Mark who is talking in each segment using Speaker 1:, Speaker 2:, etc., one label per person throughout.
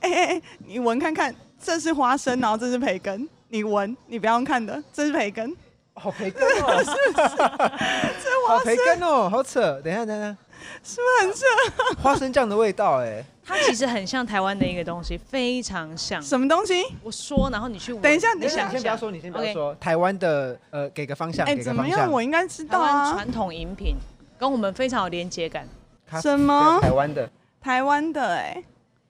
Speaker 1: 哎哎，你闻看看，这是花生，然后这是培根，你闻，你不要用看的，这是培根，
Speaker 2: 好培根 哦，
Speaker 1: 这花
Speaker 2: 好
Speaker 1: 生
Speaker 2: 培根哦，好扯。等一下，等一下，
Speaker 1: 是不是很像？
Speaker 2: 花生酱的味道 哎、
Speaker 3: 它其实很像台湾的一个东西，非常像。
Speaker 1: 什么东西？
Speaker 3: 我说，然后你去闻
Speaker 1: 等一下
Speaker 3: 你
Speaker 1: 等一下
Speaker 3: 想
Speaker 2: 你先不要
Speaker 3: 想
Speaker 2: 说，你先不要说。台湾的呃，给个方向，
Speaker 1: 哎、
Speaker 2: 给个
Speaker 1: 怎么
Speaker 2: 方
Speaker 1: 样？
Speaker 2: 向。
Speaker 1: 我应该知
Speaker 3: 台
Speaker 1: 道
Speaker 3: 湾
Speaker 1: 啊。
Speaker 3: 传统饮品跟我们非常有连接感。
Speaker 2: 咖啡
Speaker 1: 什么
Speaker 2: 台湾的
Speaker 1: 台湾的哎、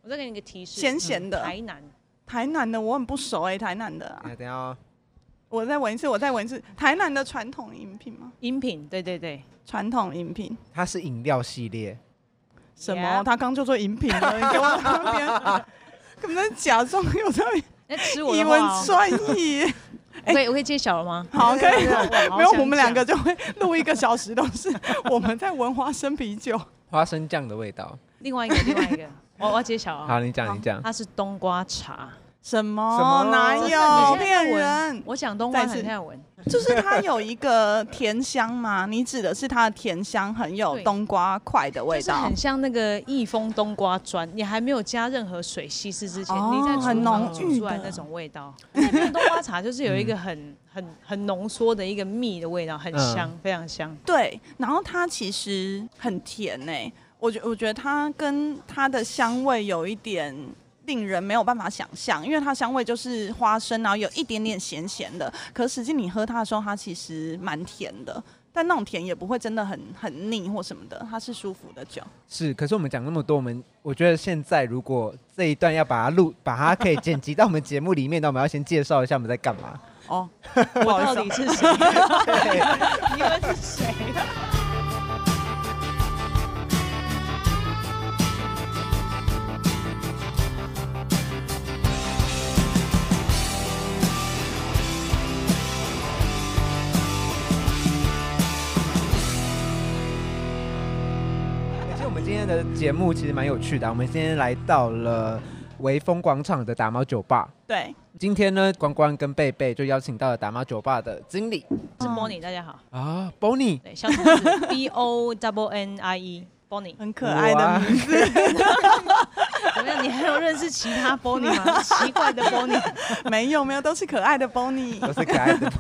Speaker 3: 我再给你一个提示，
Speaker 1: 咸咸的
Speaker 3: 台南
Speaker 1: 台南的我很不熟哎、台南的、啊
Speaker 2: 等一。下等一下哦，
Speaker 1: 我再闻一次，我再闻一次。台南的传统饮品吗？
Speaker 3: 饮品，对对对，
Speaker 1: 传统饮品
Speaker 2: 它是饮料系列，
Speaker 1: 什么
Speaker 3: Yeah
Speaker 1: 他刚就说饮品 了，你给我那边，可能假装有在
Speaker 3: 那吃我
Speaker 1: 以
Speaker 3: 的话
Speaker 1: 文
Speaker 3: 哦、
Speaker 1: 专业。
Speaker 3: 我可以我可以接小了吗？啊
Speaker 1: 好，可以。
Speaker 3: 没
Speaker 1: 哎没有，我们两个就会录一个小时，都是我们在闻花生啤酒。
Speaker 2: 花生酱的味道。
Speaker 3: 另外一个，另外一个，我我要揭晓啊，
Speaker 2: 好，你
Speaker 1: 好
Speaker 2: 讲，你讲。
Speaker 3: 它是冬瓜茶。
Speaker 1: 什么？
Speaker 2: 什么
Speaker 1: 哪
Speaker 2: 真
Speaker 1: 有
Speaker 3: 的你现在
Speaker 1: 骗
Speaker 3: 闻
Speaker 1: 人？
Speaker 3: 我讲冬瓜
Speaker 1: 再
Speaker 3: 很
Speaker 1: 次
Speaker 3: 耐闻，
Speaker 1: 就是它有一个甜香嘛，你指的是它的甜香很有
Speaker 3: 对
Speaker 1: 冬瓜块的味
Speaker 3: 就是
Speaker 1: 道
Speaker 3: 很，像那个益丰冬瓜砖，你还没有加任何水稀释之前，
Speaker 1: 哦
Speaker 3: 你在厨
Speaker 1: 很
Speaker 3: 房
Speaker 1: 浓
Speaker 3: 煮
Speaker 1: 郁
Speaker 3: 出来
Speaker 1: 的
Speaker 3: 那种味道。那边的冬瓜茶就是有一个很很很浓缩的一个蜜的味道，很
Speaker 2: 嗯
Speaker 3: 香，非常香。
Speaker 1: 对，然后它其实很甜诶、我觉我觉得它跟它的香味有一点令人没有办法想象，因为它香味就是花生，然后有一点点咸咸的，可实际你喝它的时候，它其实蛮甜的。但那种甜也不会真的很很腻或什么的，它是舒服的酒。
Speaker 2: 是，可是我们讲那么多，我们我觉得现在如果这一段要把它录，把它可以剪辑到我们节目里面的，那我们要先介绍一下我们在干嘛。
Speaker 1: 哦，
Speaker 3: 我
Speaker 1: 好意思
Speaker 3: 到
Speaker 1: 啊
Speaker 3: 底是谁？你们是 谁？
Speaker 2: 其实我们今天的节目其实蛮有趣的啊，我们今天来到了微风广场的打猫酒吧。
Speaker 1: 对，
Speaker 2: 今天呢，关关跟贝贝就邀请到了打猫酒吧的经理
Speaker 3: 是 Bonnie，大家好，
Speaker 2: 啊，Bonnie，
Speaker 3: 对，小兔子 B O W N I E Bonnie。
Speaker 1: 很可爱的
Speaker 2: 哇
Speaker 1: 名字。
Speaker 3: 怎么样？你还有认识其 他 Bonnie 吗？奇怪的 Bonnie，
Speaker 1: 没有没有，都是可爱的 Bonnie。
Speaker 2: 都是可爱的。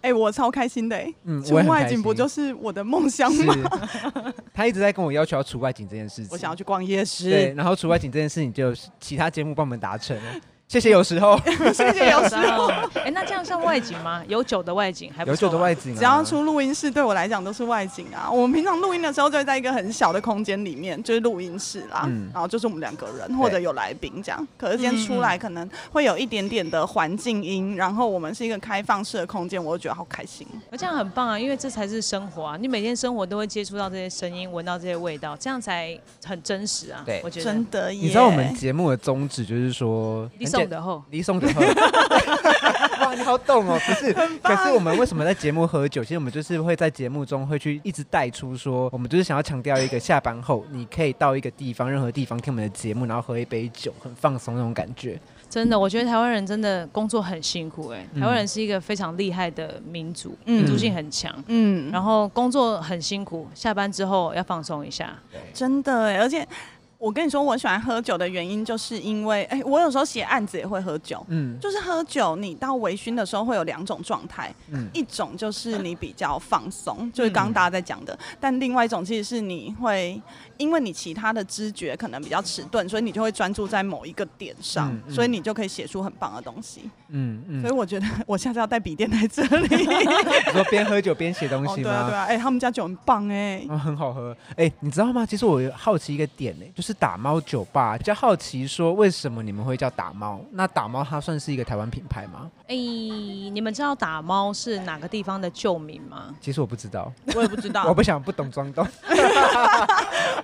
Speaker 1: 哎、我超开心的、欸，
Speaker 2: 嗯
Speaker 1: 出
Speaker 2: 我也很
Speaker 1: 外
Speaker 2: 开
Speaker 1: 景不
Speaker 2: 心
Speaker 1: 就是我的梦想 吗？
Speaker 2: 是，他一直在跟我要求要除外景这件事情。
Speaker 1: 我想要去逛夜
Speaker 2: 对，
Speaker 1: 市，
Speaker 2: 然后除外景这件事情就其他节目帮我们达成了，谢谢。有时候
Speaker 1: 谢谢有时候，
Speaker 3: 哎，那这样算外景吗？有酒的外景，还不
Speaker 2: 有酒的
Speaker 3: 错吧
Speaker 2: 外景、啊，
Speaker 1: 只要出录音室，对我来讲都是外景啊。我们平常录音的时候，就会在一个很小的空间里面，就是录音室啦，
Speaker 2: 嗯
Speaker 1: 然后就是我们两个人或者有来宾这样。可是今天出来
Speaker 2: 嗯
Speaker 1: 可能会有一点点的环境音，然后我们是一个开放式的空间，我就觉得好开心。
Speaker 3: 那这样很棒啊，因为这才是生活啊！你每天生活都会接触到这些声音，闻到这些味道，这样才很真实啊！
Speaker 2: 对
Speaker 3: 我觉得
Speaker 1: 真的耶！
Speaker 2: 你知道我们节目的宗旨就是说，
Speaker 3: 你送的后，
Speaker 2: 离送的喝。 哇，你好懂哦，不是？可是我们为什么在节目喝酒？其实我们就是会在节目中会去一直带出说，我们就是想要强调一个下班后你可以到一个地方，任何地方听我们的节目，然后喝一杯酒，很放松那种感觉。
Speaker 3: 真的，我觉得台湾人真的工作很辛苦哎、
Speaker 2: 嗯
Speaker 3: 台湾人是一个非常厉害的民族，
Speaker 1: 嗯
Speaker 3: 民族性很强。
Speaker 1: 嗯，
Speaker 3: 然后工作很辛苦，下班之后要放松一下。
Speaker 1: 真的哎，而且我跟你说，我喜欢喝酒的原因，就是因为哎、我有时候写案子也会喝酒。
Speaker 2: 嗯
Speaker 1: 就是喝酒，你到微醺的时候会有两种状态，
Speaker 2: 嗯，
Speaker 1: 一种就是你比较放松，就是刚刚大家在讲的；但另外一种其实是你会，因为你其他的知觉可能比较迟钝，所以你就会专注在某一个点上，
Speaker 2: 嗯嗯
Speaker 1: 所以你就可以写出很棒的东西。
Speaker 2: 嗯嗯，
Speaker 1: 所以我觉得我下次要带笔电来这里。
Speaker 2: 你说边喝酒边写东
Speaker 1: 哦，
Speaker 2: 西
Speaker 1: 对
Speaker 2: 吗？
Speaker 1: 啊，对啊，哎、他们家酒很棒哎、
Speaker 2: 啊，很好喝。哎、你知道吗？其实我有好奇一个点呢、就是打猫酒吧，比较好奇说为什么你们会叫打猫？那打猫它算是一个台湾品牌吗？
Speaker 3: 哎、你们知道打猫是哪个地方的旧名吗？
Speaker 2: 其实我不知道，
Speaker 1: 我也不知
Speaker 2: 我
Speaker 1: 道，
Speaker 2: 不想不懂 装懂。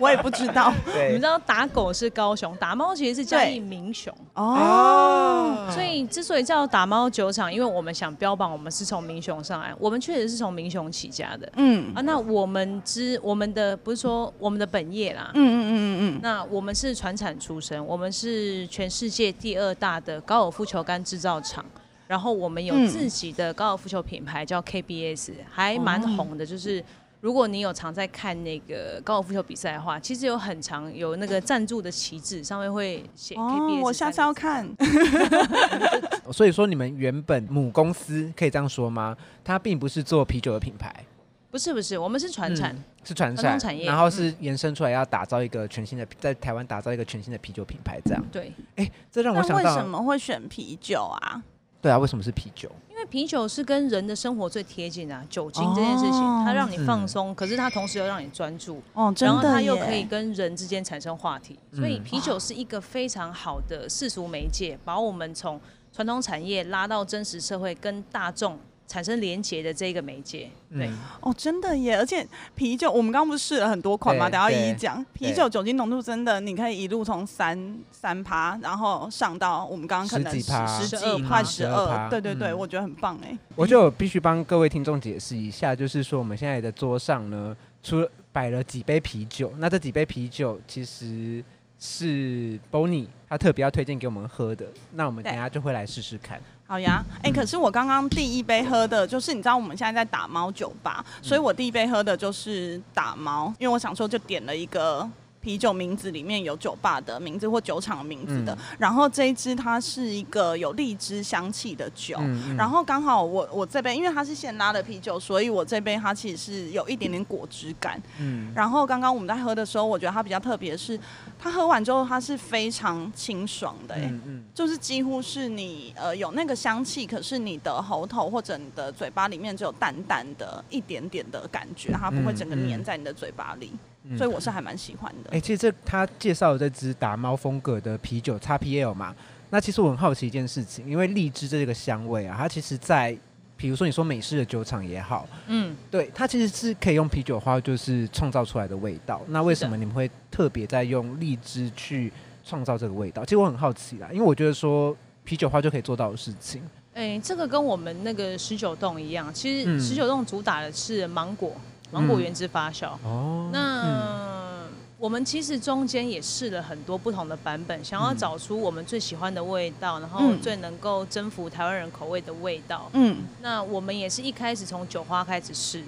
Speaker 1: 我也不知道
Speaker 3: 你们
Speaker 2: 对
Speaker 3: 知，道打狗是高雄，打猫其实是嘉义民雄。
Speaker 1: 哦。
Speaker 3: 所以之所以叫打猫酒厂，因为我们想标榜我们是从民雄上来，我们确实是从民雄起家的
Speaker 1: 嗯
Speaker 3: 啊。那我们之我们的不是说我们的本业啦，
Speaker 1: 嗯嗯嗯嗯嗯，
Speaker 3: 那我们是船产出身，我们是全世界第二大的高尔夫球杆制造厂。然后我们有
Speaker 1: 嗯
Speaker 3: 自己的高尔夫球品牌叫 KBS，还蛮红的，就是如果你有常在看那个高尔夫球比赛的话，其实有很常有那个赞助的旗帜上面会写 KBS
Speaker 1: 哦，我下次要看。
Speaker 2: 所以说你们原本母公司可以这样说吗？它并不是做啤酒的品牌，
Speaker 3: 不是不是，我们是传产，
Speaker 2: 嗯是传
Speaker 3: 传
Speaker 2: 产
Speaker 3: 统产业
Speaker 2: 然后
Speaker 1: 嗯
Speaker 2: 是延伸出来要打造一个全新的，在台湾打造一个全新的啤酒品牌，这样。
Speaker 3: 对，
Speaker 2: 哎、这让
Speaker 1: 那
Speaker 2: 我想
Speaker 1: 为什
Speaker 2: 到，
Speaker 1: 么会选啤酒啊？
Speaker 2: 对啊，为什么是啤酒？
Speaker 3: 因为啤酒是跟人的生活最贴近啊，酒精这件事情，
Speaker 1: 哦
Speaker 3: 它让你放
Speaker 2: 嗯
Speaker 3: 松，可是它同时又让你专注，
Speaker 1: 哦，真
Speaker 3: 然后
Speaker 1: 的
Speaker 3: 它又
Speaker 1: 耶
Speaker 3: 可以跟人之间产生话题，所以
Speaker 2: 嗯
Speaker 3: 啤酒是一个非常好的世俗媒介，把我们从传统产业拉到真实社会，跟大众产生连结的这一个媒介。对，
Speaker 2: 嗯
Speaker 1: 哦，真的耶！而且啤酒，我们刚刚不是试了很多款嘛，
Speaker 2: 对
Speaker 1: 等下一一
Speaker 2: 对
Speaker 1: 讲。啤酒酒精浓度真的，你可以一路从三三趴，然后上到我们刚刚可能
Speaker 2: 十几趴
Speaker 1: 十十
Speaker 3: 12
Speaker 1: 几
Speaker 3: 趴
Speaker 1: 快十
Speaker 2: 12
Speaker 1: 二，
Speaker 2: 趴
Speaker 1: 对对对，
Speaker 2: 嗯
Speaker 1: 我觉得很棒哎。
Speaker 2: 我就必须帮各位听众解释一下，就是说我们现在的桌上呢，除了摆了几杯啤酒，那这几杯啤酒其实是 Bonnie 他特别要推荐给我们喝的，那我们
Speaker 1: 对
Speaker 2: 等一下就会来试试看。
Speaker 1: 好呀，哎、可是我刚刚第一杯喝的就是，你知道我们现在在打猫酒吧，
Speaker 2: 嗯
Speaker 1: 所以我第一杯喝的就是打猫，因为我想说就点了一个啤酒名字里面有酒吧的名字或酒厂的名字的，
Speaker 2: 嗯
Speaker 1: 然后这一支它是一个有荔枝香气的酒，
Speaker 2: 嗯嗯
Speaker 1: 哦然后刚好我我这杯因为它是现拉的啤酒，所以我这杯它其实是有一点点果汁感，
Speaker 2: 嗯，
Speaker 1: 然后刚刚我们在喝的时候，我觉得它比较特别是，它喝完之后它是非常清爽的、哎。
Speaker 2: 嗯嗯
Speaker 1: 就是几乎是你呃有那个香气，可是你的喉头或者你的嘴巴里面只有淡淡的一点点的感觉，它不会整个粘在你的嘴巴里，
Speaker 2: 嗯
Speaker 1: 所以我是还蛮喜欢的。
Speaker 2: 哎、其实这他介绍的这支打猫风格的啤酒 XPL 嘛，那其实我很好奇一件事情，因为荔枝这个香味啊，它其实在比如说你说美式的酒厂也好，
Speaker 3: 嗯，
Speaker 2: 对，它其实是可以用啤酒花就是创造出来的味道。那为什么你们会特别在用荔枝去创造这个味道？其实我很好奇啦，因为我觉得说啤酒花就可以做到的事情，
Speaker 3: 哎、这个跟我们那个十九洞一样，其实
Speaker 2: 嗯
Speaker 3: 十九洞主打的是芒果，芒果原汁发酵。
Speaker 2: 哦
Speaker 3: 那、我们其实中间也试了很多不同的版本，想要
Speaker 2: 嗯
Speaker 3: 找出我们最喜欢的味道，然后
Speaker 1: 嗯
Speaker 3: 最能够征服台湾人口味的味道。
Speaker 1: 嗯，
Speaker 3: 那我们也是一开始从酒花开始试，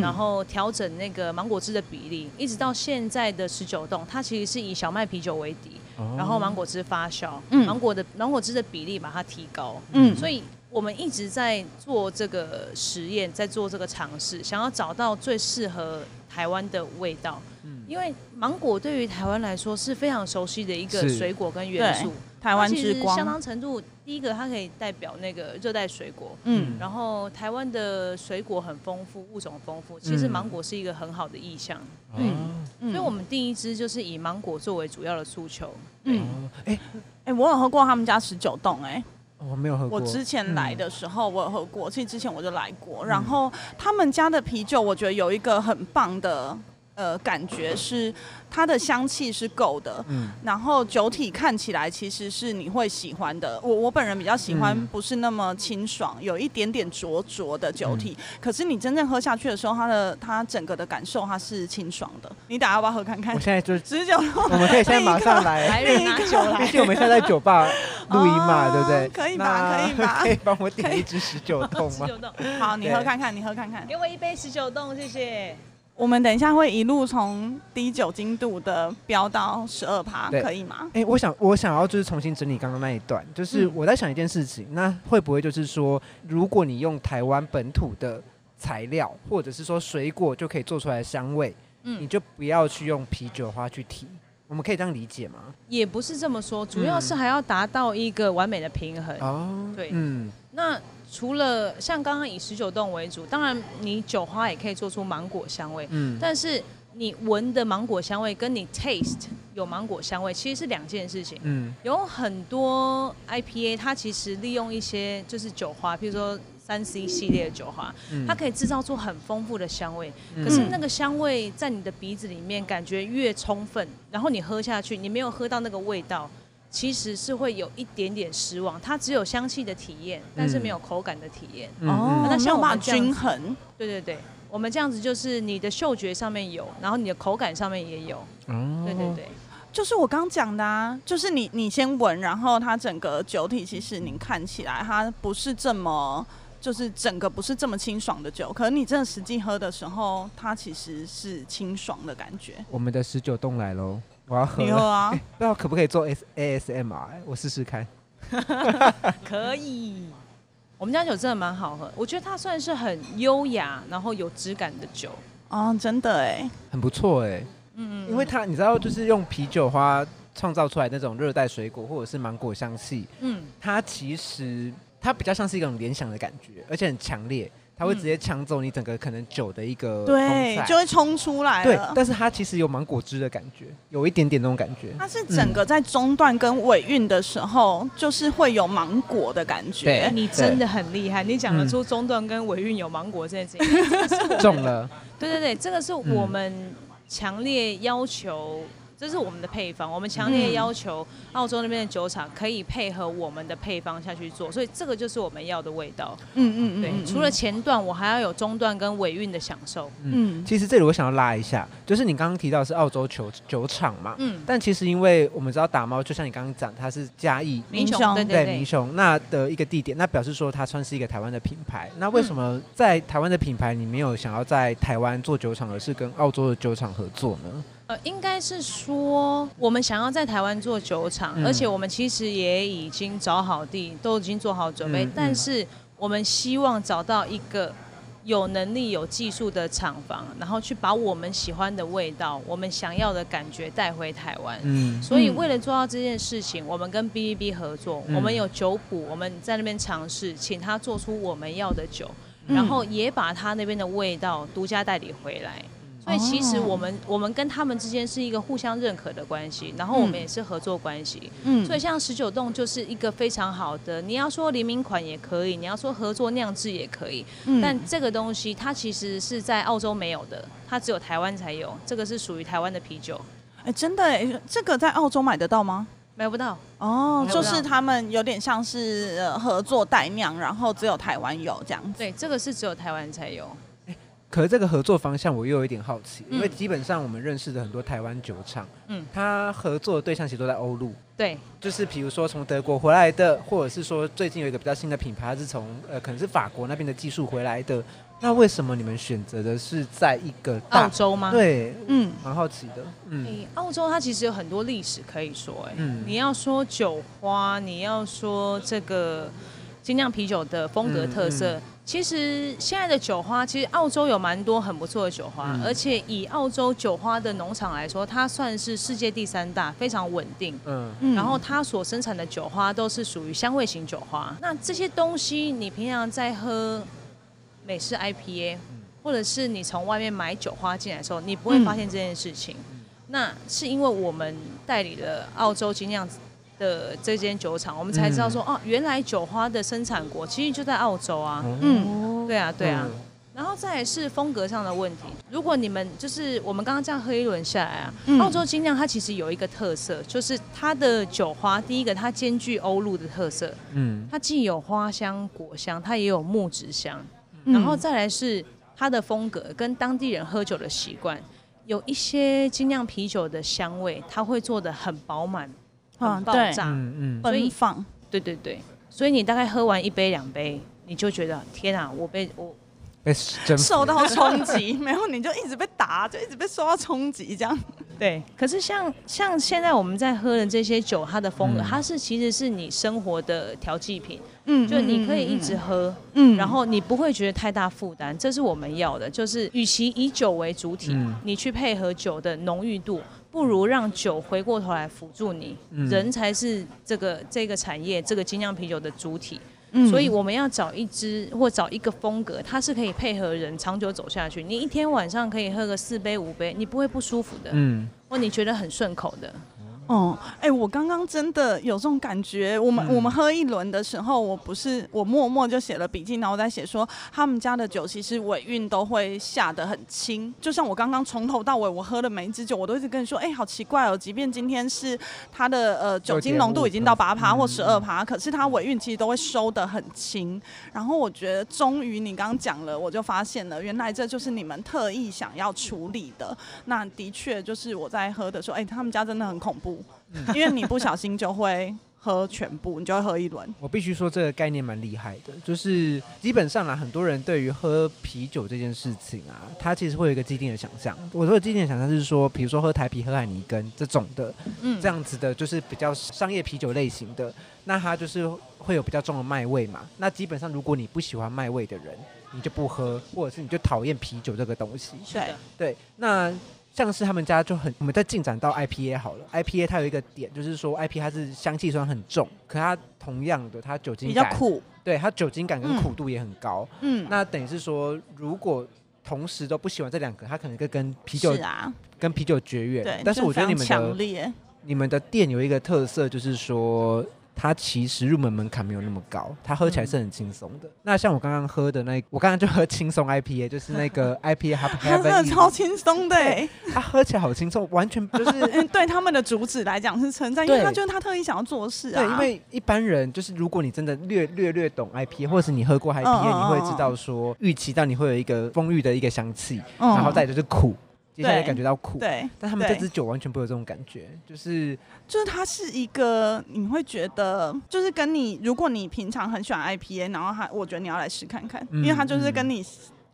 Speaker 1: 嗯
Speaker 3: 然后调整那个芒果汁的比例，一直到现在的十九栋，它其实是以小麦啤酒为底，
Speaker 2: 哦
Speaker 3: 然后芒果汁发酵，
Speaker 1: 嗯
Speaker 3: 芒果的芒果汁的比例把它提高，
Speaker 2: 哦
Speaker 1: 嗯
Speaker 3: 所以我们一直在做这个实验，在做这个尝试，想要找到最适合台湾的味道，
Speaker 2: 嗯
Speaker 3: 因为芒果对于台湾来说是非常熟悉的一个
Speaker 2: 是
Speaker 3: 水果跟元素，
Speaker 1: 台湾
Speaker 3: 它其
Speaker 1: 之
Speaker 3: 实相
Speaker 1: 光，
Speaker 3: 当程度，第一个它可以代表那个热带水果，
Speaker 1: 嗯
Speaker 3: 然后台湾的水果很丰富，物种丰富，其实
Speaker 2: 嗯
Speaker 3: 芒果是一个很好的意象，
Speaker 1: 嗯
Speaker 2: 哦
Speaker 1: 嗯，
Speaker 3: 所以我们第一支就是以芒果作为主要的诉求。
Speaker 2: 哦
Speaker 1: 嗯，
Speaker 2: 哦哎、
Speaker 1: 哎、我有喝过他们家十九洞，哎，
Speaker 2: 我没有喝过，
Speaker 1: 我之前来的时候我有喝过，其实之前我就来过，然后他们家的啤酒，我觉得有一个很棒的。呃，感觉是它的香气是够的，
Speaker 2: 嗯
Speaker 1: 然后酒体看起来其实是你会喜欢的。我我本人比较喜欢
Speaker 2: 嗯
Speaker 1: 不是那么清爽，有一点点浊浊的酒体。可是你真正喝下去的时候，它的它整个的感受它是清爽的。你等下要不要喝看看
Speaker 2: 我？现在 就
Speaker 1: 十九度
Speaker 2: 我们可以现在马上来，
Speaker 3: 来 人拿酒
Speaker 2: 毕
Speaker 3: 来，
Speaker 2: 竟我们现在在酒吧录音嘛，
Speaker 1: 哦
Speaker 2: 对不对？
Speaker 1: 可以吧
Speaker 2: 那
Speaker 1: 可以吧
Speaker 2: 可以帮我点一支十九桶
Speaker 3: 十
Speaker 2: 吗？
Speaker 3: 九洞，
Speaker 1: 好，你
Speaker 2: 对
Speaker 1: 喝看看，你喝看看。
Speaker 3: 给我一杯十九洞，谢谢。
Speaker 1: 我们等一下会一路从低酒精度的飙到十二趴，
Speaker 2: 对
Speaker 1: 可以吗？
Speaker 2: 哎、我想我想要就是重新整理刚刚那一段，就是
Speaker 1: 嗯
Speaker 2: 我在想一件事情，那会不会就是说，如果你用台湾本土的材料，或者是说水果就可以做出来的香味，
Speaker 3: 嗯
Speaker 2: 你就不要去用啤酒花去提，我们可以这样理解吗？
Speaker 3: 也不是这么说，主要是还要达到一个完美的平衡。
Speaker 2: 嗯哦，
Speaker 3: 对
Speaker 2: 嗯，
Speaker 3: 那除了像刚刚以十九洞为主，当然你酒花也可以做出芒果香味，
Speaker 2: 嗯
Speaker 3: 但是你闻的芒果香味跟你 taste 有芒果香味其实是两件事情。
Speaker 2: 嗯
Speaker 3: 有很多 IPA，它其实利用一些就是酒花，譬如说三 C 系列的酒花，
Speaker 2: 嗯
Speaker 3: 它可以制造出很丰富的香味。
Speaker 2: 嗯
Speaker 3: 可是那个香味在你的鼻子里面感觉越充分，然后你喝下去，你没有喝到那个味道，其实是会有一点点失望。它只有香气的体验，但是没有口感的体验。
Speaker 2: 嗯
Speaker 1: 哦，
Speaker 2: 嗯
Speaker 1: 那
Speaker 3: 那
Speaker 1: 没有
Speaker 3: 像我
Speaker 1: 办法
Speaker 3: 们这样
Speaker 1: 均衡，
Speaker 3: 对对对，我们这样子就是你的嗅觉上面有，然后你的口感上面也有。
Speaker 2: 哦
Speaker 3: 对对对。
Speaker 1: 就是我刚讲的啊，就是你你先闻，然后它整个酒体其实你看起来它不是这么就是整个不是这么清爽的酒，可是你真的实际喝的时候，它其实是清爽的感觉。
Speaker 2: 我们的十九洞来喽，我要喝
Speaker 1: 你喝
Speaker 2: 了，
Speaker 1: 啊，
Speaker 2: 不知道可不可以做 S A S M R，我哎试试看。
Speaker 3: 可以。我们家酒真的蛮好喝，我觉得它算是很优雅，然后有质感的酒。
Speaker 1: 啊，真的哎，
Speaker 2: 很不错哎、
Speaker 3: 嗯
Speaker 2: 因为它你知道，就是用啤酒花创造出来那种热带水果或者是芒果香气，
Speaker 3: 嗯，
Speaker 2: 它其实它比较像是一种联想的感觉，而且很强烈，它会直接抢走你整个可能酒的一个风
Speaker 1: 嗯对
Speaker 2: 采，
Speaker 1: 就会冲出来
Speaker 2: 对
Speaker 1: 了，。
Speaker 2: 但是它其实有芒果汁的感觉，有一点点那种感觉，
Speaker 1: 它是整个在中段跟尾韵的时候，就是会有芒果的感觉
Speaker 2: 对。
Speaker 3: 哎你真的很厉害，你讲得
Speaker 2: 嗯
Speaker 3: 出中段跟尾韵有芒果这件事情。
Speaker 2: 中了，
Speaker 3: 对对对，这个是我
Speaker 1: 嗯
Speaker 3: 们强烈要求，这是我们的配方，我们强
Speaker 1: 嗯
Speaker 3: 烈要求澳洲那边的酒厂可以配合我们的配方下去做，所以这个就是我们要的味道。
Speaker 1: 嗯嗯嗯
Speaker 3: 对，
Speaker 1: 嗯，
Speaker 3: 除了前段，我还要有中段跟尾韵的享受。
Speaker 1: 嗯
Speaker 2: 其实这里我想要拉一下，就是你刚刚提到是澳洲酒酒厂嘛，
Speaker 3: 嗯，
Speaker 2: 但其实因为我们知道打猫，就像你刚刚讲，它是嘉义
Speaker 3: 民
Speaker 1: 民
Speaker 3: 雄，
Speaker 1: 雄
Speaker 3: 对
Speaker 2: 对
Speaker 3: 对
Speaker 2: 民，雄那的一个地点，那表示说它算是一个台湾的品牌。那为什么在台湾的品牌你没有想要在台湾做酒厂，而是跟澳洲的酒厂合作呢？
Speaker 3: 呃，应该是说我们想要在台湾做酒厂，
Speaker 2: 嗯
Speaker 3: 而且我们其实也已经找好地，都已经做好准备，
Speaker 2: 嗯嗯
Speaker 3: 但是我们希望找到一个。有能力、有技术的厂房，然后去把我们喜欢的味道、我们想要的感觉带回台湾。
Speaker 2: 嗯
Speaker 3: 所以为了做到这件事情，我们跟 B B B 合作，
Speaker 2: 嗯
Speaker 3: 我们有酒谱，我们在那边尝试，请他做出我们要的酒，
Speaker 1: 嗯
Speaker 3: 然后也把他那边的味道独家代理回来。所以其实
Speaker 1: 哦
Speaker 3: 我们、我们跟他们之间是一个互相认可的关系，然后我们
Speaker 1: 嗯
Speaker 3: 也是合作关系。
Speaker 1: 嗯
Speaker 3: 所以像十九栋就是一个非常好的，你要说联名款也可以，你要说合作酿制也可以。
Speaker 1: 嗯
Speaker 3: 但这个东西它其实是在澳洲没有的，它只有台湾才有，这个是属于台湾的啤酒，
Speaker 1: 哎，真的哎，这个在澳洲买得到吗？
Speaker 3: 买不到。
Speaker 1: 哦，
Speaker 3: 买不
Speaker 1: 就
Speaker 3: 到
Speaker 1: 是他们有点像是呃合作代酿，然后只有台湾有这样子。
Speaker 3: 对，这个是只有台湾才有。
Speaker 2: 可是这个合作方向我又有一点好奇，
Speaker 3: 嗯
Speaker 2: 因为基本上我们认识的很多台湾酒厂，
Speaker 3: 嗯
Speaker 2: 嗯，它合作的对象其实都在欧陆。
Speaker 3: 对，
Speaker 2: 就是比如说从德国回来的，或者是说最近有一个比较新的品牌，它是从呃可能是法国那边的技术回来的。那为什么你们选择的是在一个大
Speaker 3: 澳洲吗？
Speaker 2: 对，
Speaker 1: 嗯，
Speaker 2: 蛮好奇的。嗯
Speaker 3: 诶，澳洲它其实有很多历史可以说、诶，
Speaker 2: 嗯
Speaker 3: 你要说酒花，你要说这个精酿啤酒的风格特色，
Speaker 2: 嗯
Speaker 3: 其实现在的酒花，其实澳洲有蛮多很不错的酒花，
Speaker 2: 嗯
Speaker 3: 而且以澳洲酒花的农场来说，它算是世界第三大，非常稳定。
Speaker 2: 嗯，
Speaker 1: 嗯
Speaker 3: 然后它所生产的酒花都是属于香味型酒花。那这些东西，你平常在喝美式 IPA，或者是你从外面买酒花进来的时候，你不会
Speaker 1: 嗯
Speaker 3: 发现这件事情。那是因为我们代理了澳洲精酿的这间酒厂，我们才知道说，哦、原来酒花的生产国其实就在澳洲啊。
Speaker 1: 嗯
Speaker 3: 对啊，对啊。
Speaker 2: 哦嗯
Speaker 3: 然后再来是风格上的问题。如果你们就是我们刚刚这样喝一轮下来啊，
Speaker 1: 嗯
Speaker 3: 澳洲精酿它其实有一个特色，就是它的酒花，第一个它兼具欧陆的特色，
Speaker 2: 嗯，
Speaker 3: 它既有花香、果香，它也有木质香，
Speaker 1: 嗯
Speaker 3: 然后再来是它的风格跟当地人喝酒的习惯。有一些精酿啤酒的香味，它会做的很饱满、
Speaker 1: 啊
Speaker 3: 很爆
Speaker 1: 对
Speaker 3: 炸，
Speaker 2: 嗯嗯，
Speaker 3: 所以
Speaker 1: 奔放，
Speaker 3: 对对对，所以你大概喝完一杯两杯，你就觉得天啊，我被我
Speaker 2: 被征服
Speaker 1: 受到冲击，没有你就一直被打，就一直被受到冲击这样。
Speaker 3: 对，可是像像现在我们在喝的这些酒，它的风格，
Speaker 2: 嗯
Speaker 3: 它是其实是你生活的调剂品，
Speaker 1: 嗯
Speaker 3: 就你可以一直，喝，
Speaker 1: 嗯
Speaker 3: 然后你不会觉得太大负担，这是我们要的。就是与其以酒为主体，
Speaker 2: 嗯
Speaker 3: 你去配合酒的浓郁度，不如让酒回过头来辅助你，
Speaker 2: 嗯
Speaker 3: 人才是这个这个产业这个精酿啤酒的主体。
Speaker 1: 嗯
Speaker 3: 所以我们要找一支或找一个风格，它是可以配合人长久走下去。你一天晚上可以喝个四杯五杯，你不会不舒服的，
Speaker 2: 嗯，
Speaker 3: 或你觉得很顺口的。
Speaker 1: 哦，哎、我刚刚真的有这种感觉。我们、
Speaker 2: 嗯
Speaker 1: 我们喝一轮的时候，我不是我默默就写了笔记，然后我在写说他们家的酒其实尾韵都会下得很轻。就像我刚刚从头到尾我喝的每一支酒，我都一直跟你说，哎、好奇怪哦，即便今天是它的呃酒精浓度已经到八趴
Speaker 2: 嗯
Speaker 1: 或十二趴，可是它尾韵其实都会收得很轻。然后我觉得，终于你刚刚讲了，我就发现了，原来这就是你们特意想要处理的。那
Speaker 2: 嗯
Speaker 1: 的确就是我在喝的时候，哎、他们家真的很恐怖，因为你不小心就会喝全部，你就会喝一轮。
Speaker 2: 我必须说这个概念蛮厉害的，就是基本上啦，很多人对于喝啤酒这件事情啊，他其实会有一个既定的想象。我说的既定的想象是说，比如说喝台啤、喝海尼根这种的，
Speaker 3: 嗯，
Speaker 2: 这样子的，就是比较商业啤酒类型的，那它就是会有比较重的麦味嘛。那基本上，如果你不喜欢麦味的人，你就不喝，或者是你就讨厌啤酒这个东西。
Speaker 3: 是的，
Speaker 2: 对，那像是他们家就很，我们再进展到 IPA 好了，IPA 它有一个点，就是说 IPA 它是香气虽然很重，可它同样的它酒精
Speaker 1: 比
Speaker 2: 感
Speaker 1: 较，苦，
Speaker 2: 对它酒精感跟
Speaker 1: 嗯
Speaker 2: 苦度也很高。
Speaker 1: 嗯，
Speaker 2: 那等于是说，如果同时都不喜欢这两个，它可能就跟啤酒、
Speaker 1: 是啊，
Speaker 2: 跟啤酒绝缘。
Speaker 1: 对，
Speaker 2: 但是
Speaker 1: 就
Speaker 2: 我觉得
Speaker 1: 非
Speaker 2: 你
Speaker 1: 常
Speaker 2: 们的
Speaker 1: 强烈，
Speaker 2: 你们的店有一个特色，就是说它其实入门门槛没有那么高，它
Speaker 1: 嗯
Speaker 2: 喝起来是很轻松的。那像我刚刚喝的那，我刚刚就喝轻松 IPA，就是那 个 IPA Hub
Speaker 1: 它真的
Speaker 2: Heaven，
Speaker 1: 超轻松的、欸
Speaker 2: 对。它啊喝起来好轻松，完全 就是。
Speaker 1: 嗯，对他们的主旨来讲是称赞，因为
Speaker 2: 对
Speaker 1: 他就是他特意想要做的事啊。
Speaker 2: 对，因为一般人就是，如果你真的略略略懂 IPA，或者是你喝过 IPA，、
Speaker 1: 嗯
Speaker 2: 你会知道说，预期到你会有一个丰裕的一个香气，
Speaker 1: 嗯
Speaker 2: 然后再来就是苦，接下来
Speaker 1: 对
Speaker 2: 感觉到苦。
Speaker 1: 对，
Speaker 2: 但他们这
Speaker 1: 对
Speaker 2: 支酒完全不会有这种感觉，就是
Speaker 1: 就是它是一个你会觉得，就是跟你如果你平常很喜欢 IPA，然后它，我觉得你要来试看看，
Speaker 2: 嗯
Speaker 1: 因为它就是跟你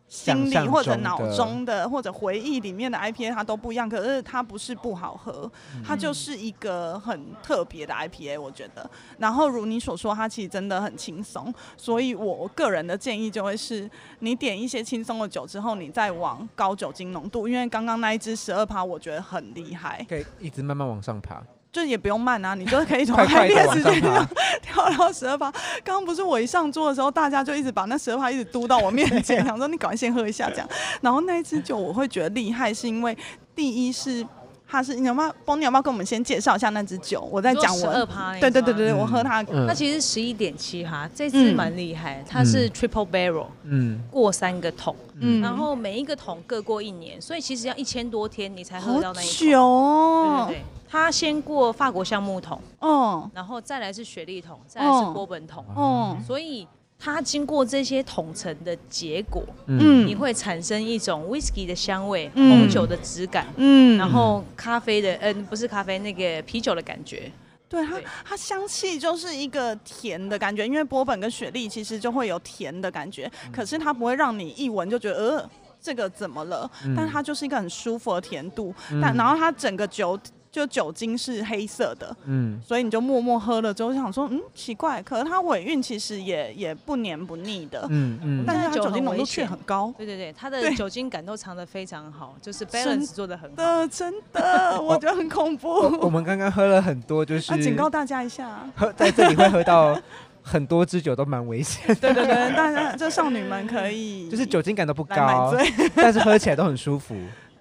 Speaker 1: 心里
Speaker 2: 想象
Speaker 1: 或者
Speaker 2: 中的
Speaker 1: 脑中的或者回忆里面的 IPA 它都不一样，可是它不是不好喝，
Speaker 2: 嗯
Speaker 1: 它就是一个很特别的 IPA，我觉得。然后如你所说，它其实真的很轻松，所以我个人的建议就会是，你点一些轻松的酒之后，你再往高酒精浓度，因为刚刚那一支十二趴，我觉得很厉害，
Speaker 2: 可以一直慢慢往 上爬，
Speaker 1: 就也不用慢啊，你就可以从
Speaker 2: 快快的
Speaker 1: 开
Speaker 2: 往
Speaker 1: 始
Speaker 2: 上
Speaker 1: 直接
Speaker 2: 爬。
Speaker 1: 跳到十二趴。刚刚不是我一上桌的时候，大家就一直把那十二趴一直嘟到我面前，想说你赶快先喝一下这样。然后那一支酒我会觉得厉害，是因为第一是它是你要不要，崩你要不要跟我们先介绍一下那支酒？我在讲
Speaker 3: 十二
Speaker 1: 我，
Speaker 3: 趴，
Speaker 1: 对对对对，
Speaker 3: 啊
Speaker 1: 嗯
Speaker 2: 嗯
Speaker 1: 我喝它，
Speaker 2: 嗯
Speaker 3: 那其实十一点七哈，这支蛮厉害，它是 triple barrel
Speaker 2: 嗯，
Speaker 3: 过三个桶，
Speaker 1: 嗯，
Speaker 3: 然后每一个桶各过一年，所以其实要一千多天你才喝
Speaker 1: 好
Speaker 3: 到那一
Speaker 1: 久
Speaker 3: 桶。对
Speaker 1: 哦
Speaker 3: 对，对，它先过法国橡木桶，
Speaker 1: 哦
Speaker 3: 然后再来是雪莉桶，再来是波本桶，
Speaker 1: 哦，
Speaker 3: 所以它经过这些桶层的结果，
Speaker 2: 嗯
Speaker 3: 你会产生一种 whisky 的香味，
Speaker 1: 嗯
Speaker 3: 红酒的质感。
Speaker 1: 嗯，
Speaker 3: 然后咖啡的，嗯、不是咖啡，那个啤酒的感觉，
Speaker 1: 对它
Speaker 3: 对，
Speaker 1: 它香气就是一个甜的感觉，因为波本跟雪莉其实就会有甜的感觉，可是它不会让你一闻就觉得呃这个怎么了，
Speaker 2: 嗯
Speaker 1: 但它就是一个很舒服的甜度，但然后它整个酒就酒精是黑色的，
Speaker 2: 嗯
Speaker 1: 所以你就默默喝了之后就想说嗯奇怪，可是它尾韵其实也也不黏不腻的，
Speaker 2: 嗯嗯，
Speaker 1: 但是它
Speaker 3: 那酒
Speaker 1: 酒精
Speaker 3: 很
Speaker 1: 浓
Speaker 3: 危
Speaker 1: 度却
Speaker 3: 险
Speaker 1: 很高。
Speaker 3: 对对对，它
Speaker 1: 对
Speaker 3: 的酒精感都藏得非常好，就是
Speaker 1: 真
Speaker 3: balance 做得很好。
Speaker 1: 的真的，我觉得很恐
Speaker 2: 我
Speaker 1: 怖。
Speaker 2: 们刚刚喝了很多，就是
Speaker 1: 那啊警告大家一 下，啊
Speaker 2: 喝在这里会喝到很多支酒都蛮危 险，
Speaker 1: 对对对，大家这少女们可以
Speaker 2: 就是酒精感都不
Speaker 1: 来买
Speaker 2: 高，
Speaker 1: 醉。
Speaker 2: 但是喝起来都很舒服。